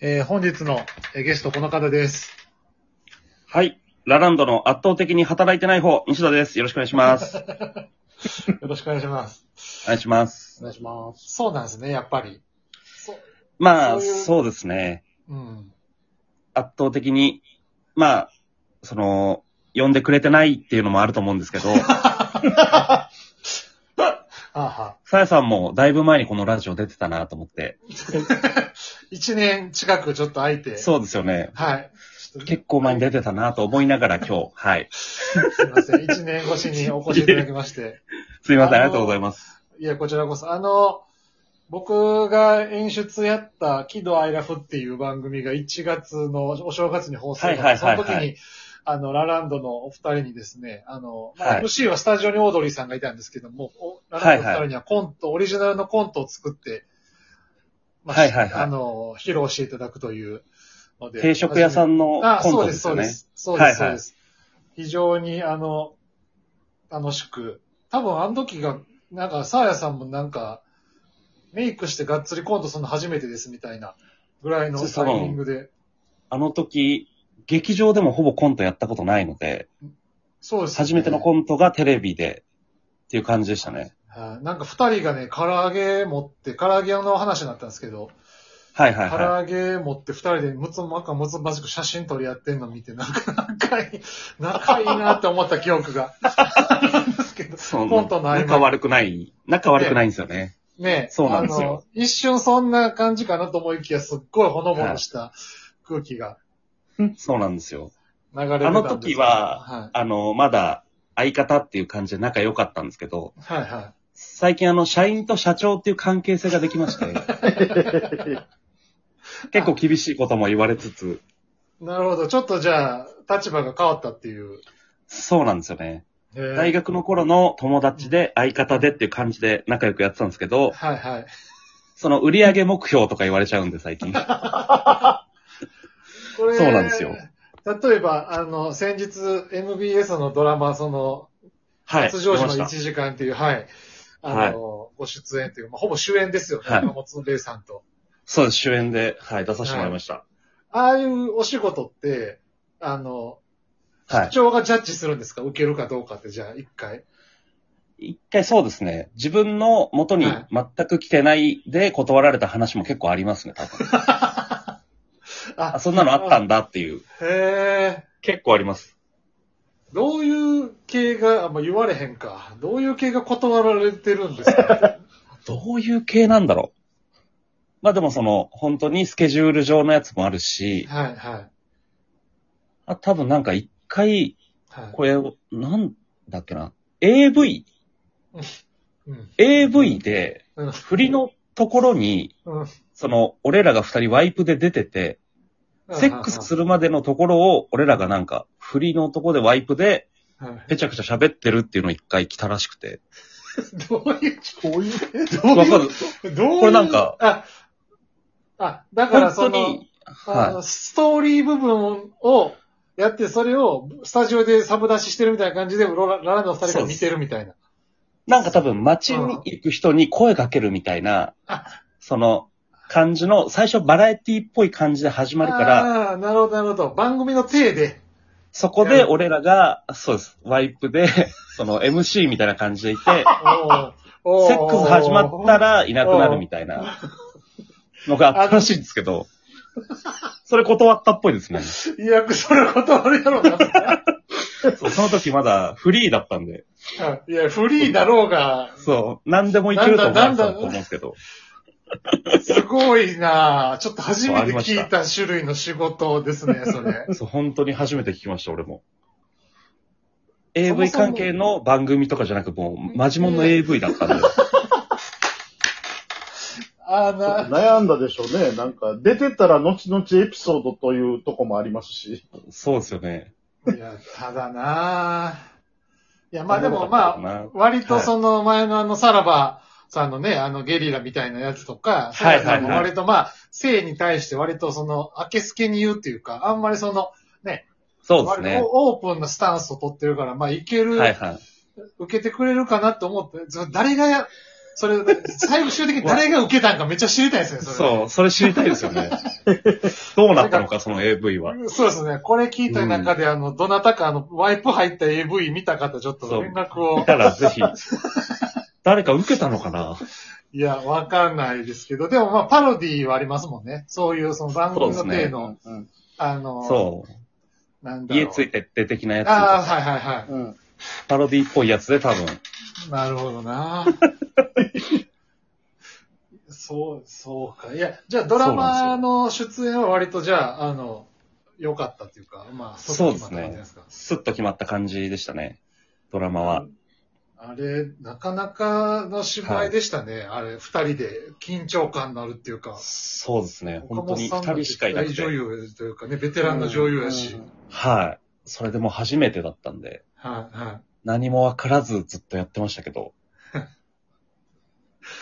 えー本日のえーゲストこの方 です。はい。ラランドの圧倒的に働いてない方、西田です。よろしくお願いします。およろしくお願いします。願いします。お願いします。そうなんですね、やっぱり。まあ、そういうそうですね。うん。 圧倒的に、まあ、その、呼んでくれてないっていうのもあると思うんですけど、あーは。さやさんもだいぶ前にこのラジオ出てたなと思って。一年近くちょっと空いて。そうですよね。はい。ちょっと結構前に出てたなと思いながら今日、はい。すいません。一年越しにお越しいただきまして。すいません、ありがとうございます。いや、こちらこそ。あの、僕が演出やった、喜怒哀楽っていう番組が1月のお正月に放送されてはいはいはそいのはい時に、あの、ラランドのお二人にですね、あの、まあはい MC はスタジオにオードリーさんがいたんですけども、おラランドのお二人にはコント、オリジナルのコントを作って、まあはいはいはいあの、披露していただくというので。定食屋さんのあ、コンそうトで、ですすそようでね。す。そうです、はそいうはでいす。非常に、あの、楽しく。多分、あの時が、なんか、サーヤさんもなんか、メイクしてがっつりコントするの初めてですみたいなぐらいのそうタイミングで。あの時、劇場でもほぼコントやったことないので、そうです、初めてのコントがテレビでっていう感じでしたね。はいなんか二人がね、唐揚げ持って、唐揚げの話になったんですけど、はいはい唐は揚げ持って二人でむつまかむつましく写真撮り合ってんの見て、なんか仲いい、仲いいなって思った記憶 があるんですけどい。。そコントの合間仲悪くない。仲悪くないんですよね。ねえ。そうなんですよあの。一瞬そんな感じかなと思いきや、すっごいほのぼのした空気がそうなんですよ。流れてたんですけどあの時ははあの、まだ相方っていう感じで仲良かったんですけど、い。はいは最近あの、社員と社長っていう関係性ができまして、 結構厳しいことも言われつつ、い。なるほど。ちょっとじゃあ、立場が変わったっていう。そうなんですよね。えー大学の頃の友達で相方でっていう感じで仲良くやってたんですけど、はいはい。その売上目標とか言われちゃうんで最 近。はこれそうなんですよ。例えば、あの、先日 MBS のドラマ、その、い。発情時出のま1し時間っていう、はい。あの、ご出演という、まあ、ほぼ主演ですよね。はい山本玲さんと。たそうです、主演で、はい、出させてもらいました。ああいうお仕事って、あの、はい社。長がジャッジするんですか受けるかどうかって、じゃあ一回。一回そうですね。自分の元にはい全く来てないで断られた話も結構ありますね、多分。あ、あ、そんなのあったんだっていう。へえ。結構あります。どういう系が、あんま言われへんか。どういう系が断られてるん ですかどういう系なんだろう。まあでもその、本当にスケジュール上のやつもあるし、はいはい。あ多分なんか一回、はい。これ、なんだっけな。AV、うん。 AV でうん、振りのところに、うんその、俺らが二人ワイプで出てて、セックスするまでのところを、俺らがなんか、振りのとこでワイプで、はいぺちゃくちゃ喋ってるっていうのを一回来たらしくて。どういう、こういう、どうわかいうる、どういう。これなんかあ、あ、だからそ本当の、に、あはのストーリー部分をやって、それをスタジオでサブ出ししてるみたいな感じで、ロラララの二人が見てるみたいな。い。なんか多分街に行く人に声かけるみたいなあ、その感じの、最初バラエティっぽい感じで始まるから、ああー、なるほど、なるほど。番組の体 で。そこで俺らが、そうです、ワイプで、 その MC みたいな感じでいて、セおーックス始まった、らいなくなるみたいなのがあったらしいんですけど、それ断ったっぽいですね。おーいや、それ断るやろ な。そうその時まだフリーだったんで、いや、フリーだろうが、そう、何でもいけると思なんっだなんだたと思うんですけど、すごいなぁちょっと初めて聞いた種類の仕事です ね、それ。そう、本当に初めて聞きました、俺も。そも AV 関係の番組とかじゃなく、もう、マジモンの AV だった んで。あな、悩んだでしょうね。なんか、出てたら後々エピソードというとこもありますし。そうですよね。いや、ただなぁいや、まあでも、まあ、あ、割とその前のあの、さらばさんのね、あの、ゲリラみたいなやつとか、はいはいはいさらばさんも割とまあ、性に対して割とその、明けすけに言うっていうか、あんまりその、そうですね割。とオープンなスタンスを取ってるから、まあ、いける、はいはい。受けてくれるかなと思って、その誰がやそれ、最終的に誰が受けたんかめっちゃ知りたいですね、それ。そう、それ知りたいで すよね。どうなったのか、その AV は。そうですね。これ聞いた中で、あの、どなたか、あの、ワイプ入った AV 見た方、ちょっそとう連絡を見。たらぜひ、誰か受けたのかないや、わかんないですけど、でもまあ、パロディーはありますもんね。そういう、その番組のそうですね体の、うん。あの、。そうなんう。だろう。家ついてって的なやつとああ、か、はいはいはうん。パロディっぽいやつで多分。い。なるほど な。そう、そうか。いや、じゃあドラマの出演は割と、じゃあ、あの、良かったっていうか、まあ、そうです外ねに決まった感じですかスッと決まった感じでしたね。ドラマは。あれ、なかなかの芝居でしたね。あれ、二人で緊張感のあるっていうか。そうですね。岡本当本にさ二んも人しかいなく絶対女て。優というかね、ベテランの女優やし。うんはい。それでも初めてだったんで、はいはい。何もわからずずっとやってましたけ ど、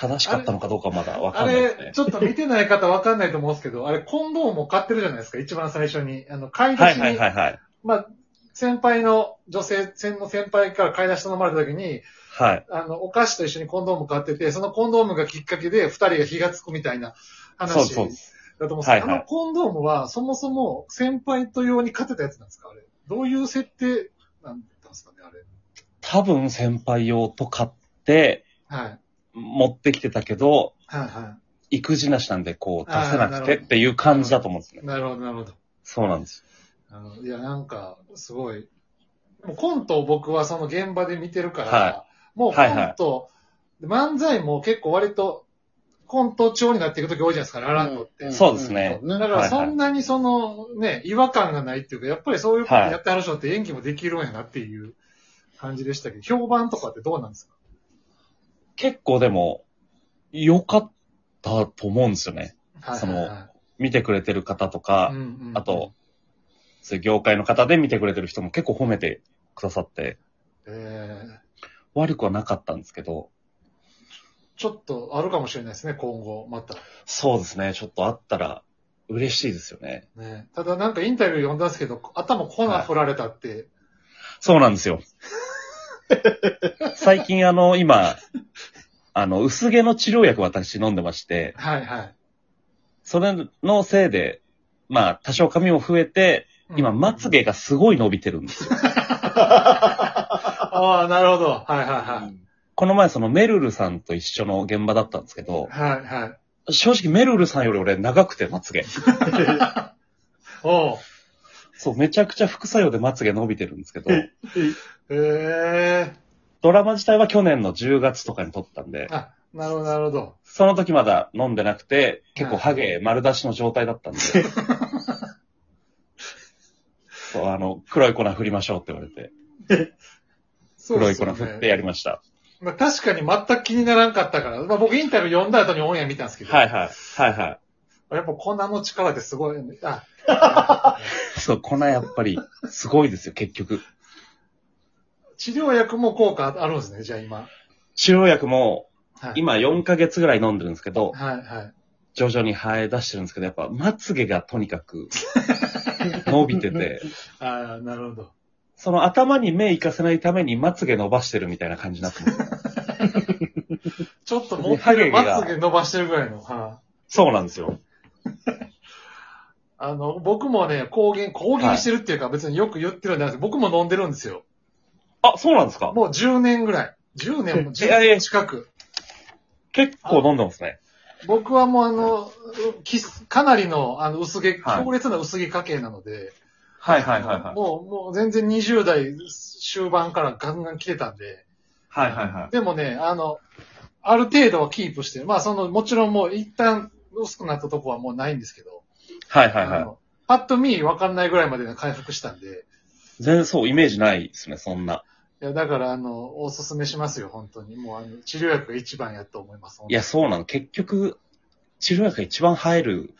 正しかったのかどうかまだわかあんないですれね、。ちょっと見てない方わかんないと思うんですけど、あれ、コンドームを買ってるじゃないですか、一番最初に。あの、買い出はしいに、はいはいはい。まあ、先輩の女性、先の先輩から買い出し頼まれた時に、はい。あの、お菓子と一緒にコンドーム買ってて、そのコンドームがきっかけで二人が火がつくみたいなそう話だと思そううんで。ですすけど、はいはいあのコンドームはそもそも先輩と用に買ってたやつなんですかあれ。どういう設定なんですかねあれ。多分先輩用と買って、はい。持ってきてたけど、はいは育児なしなんでこう出せあーななるほくどてっていう感じだと思うんですねい。。なるほど、なるほど。そうなんです。あの、いや、なんか、すごい。でもコントを僕はその現場で見てるから、はもうコはいはいント、漫才も結構割とコント調になっていくとき多いじゃないですか、ラランドって。んそうですねそうねだからはいはいそんなにそのね、違和感がないっていうか、やっぱりそういうことやってはる人って演技もできるんやなっていう感じでしたけど、評判とかってどうなんですか結構でも、良かったと思うんですよね。はいそはいのはい見てくれてる方とうか、んうんあと、そういう業界の方で見てくれてる人も結構褒めてくださって、えー悪くはなかったんですけど、ちょっとあるかもしれないですね、今後、また。そうですね、ちょっとあったら嬉しいですよね。ね、ただなんかインタビュー読んだんですけど、頭粉振られたって、そうなん ですよ。最近あの、今、あの、薄毛の治療薬私飲んでまして、はいはい。それのせいで、まあ、多少髪も増えて、今、まつげがすごい伸びてるんですよ。 ああ、なるほど。はいはいはこの前、そのメルルさんと一緒の現場だったんですけどい。、はいはい。正直メルルさんより俺長くて、まつげ。おう。そう、めちゃくちゃ副作用でまつげ伸びてるんですけど、へえドラマ自体は去年の10月とかに撮ったんで、あ、なるほどなるほど。その時まだ飲んでなくて、結構ハゲ丸出しの状態だったんで、そう、あの、黒い粉振りましょうって言われて、そう黒でいす粉よ振ねってやりました。まあ、確かに全く気にならんかったから、まあ、僕インタビュー読んだ後にオンエア見たんですけど、はいはい。はいはやっぱ粉の力ってすごい、ね、あ、い。そう、粉やっぱり、すごいですよ、結局。治療薬も効果あるんですね、じゃあ今。治療薬も、はい、今4ヶ月ぐらい飲んでるんですけど、はいはい。徐々に生え出してるんですけど、やっぱ、まつげがとにかく、伸びてて、ああ、なるほど。その頭に目いかせないためにまつげ伸ばしてるみたいな感じになって ます。ちょっと持ってるまつげ伸ばしてるぐらいの。はいそうなんですよ。あの、僕もね、抗原、抗原してるっていうか別によく言ってるんじゃないですけど、僕も飲んでるんですよ。あ、そうなんですかもう10年ぐらい。10年 も10いやい年や近く。結構飲んでますね。僕はもうあの、きかなりのあの薄毛、はい強烈な薄毛家系なので、はいい。もう、もう全然20代終盤からガンガン来てたんで、はいはいはい。でもね、あの、ある程度はキープしてる。まあその、もちろんもう一旦薄くなったとこはもうないんですけど、はいはいあはのパッと見わかんないぐらいまでの回復したんで、い。全然そう、イメージないですね、そんな。いや、だから、あの、おすすめしますよ、本当に。もう、あの、治療薬が一番やと思います。いや、そうなの。結局、治療薬が一番生え る。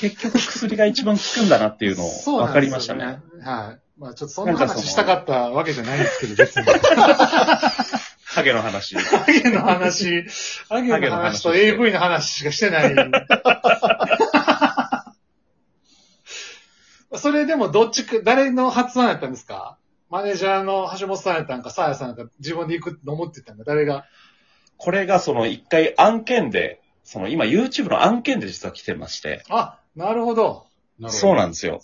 結局薬が一番効くんだなっていうのを分かりましたね。。はい。まあ、ちょっとそんななんかその話したかったわけじゃないですけど、別 に。ハゲの話。ハゲの話、ハゲの話とハゲの話 AV の話しかして ない。それでもどっちか、誰の発案やったんですかマネージャーの橋本さんやったんか、さやさんやったんか、自分で行くって思ってたんか、誰が。これがその一回案件で、その今 YouTube の案件で実は来てまして、あ、なるほど。なるほどそうなんですよ。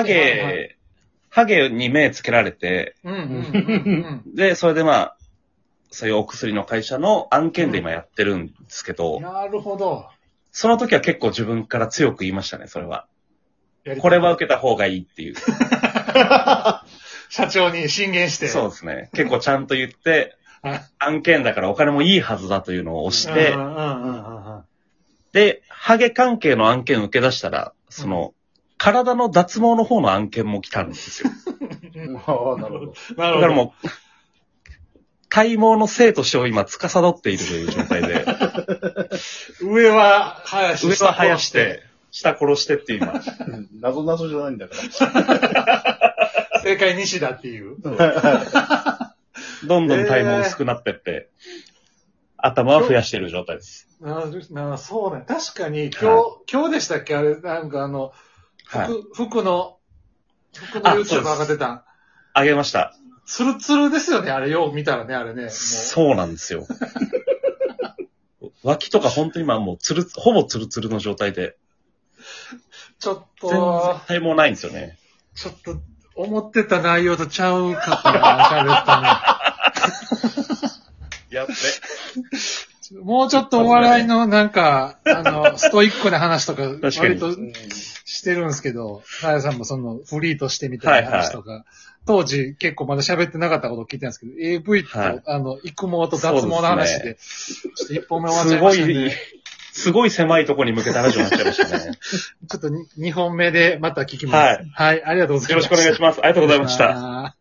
はいはいはゲ、ハゲに目つけられて、うんうんうんで、それでまあ、そういうお薬の会社の案件で今やってるんですけど、うん。なるほど。その時は結構自分から強く言いましたね、それは。やりたいこれは受けた方がいいっていう。社長に進言して。そうですね。 結構ちゃんと言ってはい、案件だからお金もいいはずだというのを押しうん、てうんうんうんうん。で、ハゲ関係の案件を受け出したら、その、体の脱毛の方の案件も来たんですよ。ああ、なるほど。なだるほからど。もう、 体毛の生と死を今司っているという状態で、上は生やして。上は生やして、下殺してっていう 今、謎謎じゃないんだから。正解西だっていう。どんどん体毛薄くなってって、頭は増やしてる状態です。ななそうね。確かに、今日、は今日でしたっけあれ、なんかあの、服、はい。服の、服のあそ YouTuber うですが出た。あげました。ツルツルですよね、あれ、よう見たらね、あれね。もうそうなんです よ。脇とか本当に今もうつる、ほぼツルツルの状態で、ちょっ全然と、体毛ないんですよね。ちょっと、思ってた内容とちゃうかったな、やっべ。喋 ったね。もうちょっとお笑いの、なんか、あの、ストイックな話とか、かに割としてるんですけど、さやさんもその、フリーとしてみたいな話とか、当時結構まだ喋ってなかったことを聞いてたんですけど、AV と、はいあの、育毛と脱毛の話で、ちょっと一本目終わっちゃいすまごしたんいで、、すごい狭いところに向けたラジオになっちゃいましたね。ちょっとに二本目でまた聞きます。はい。ありがとうござよいろます。しくお願いします。ありがとうございました。た。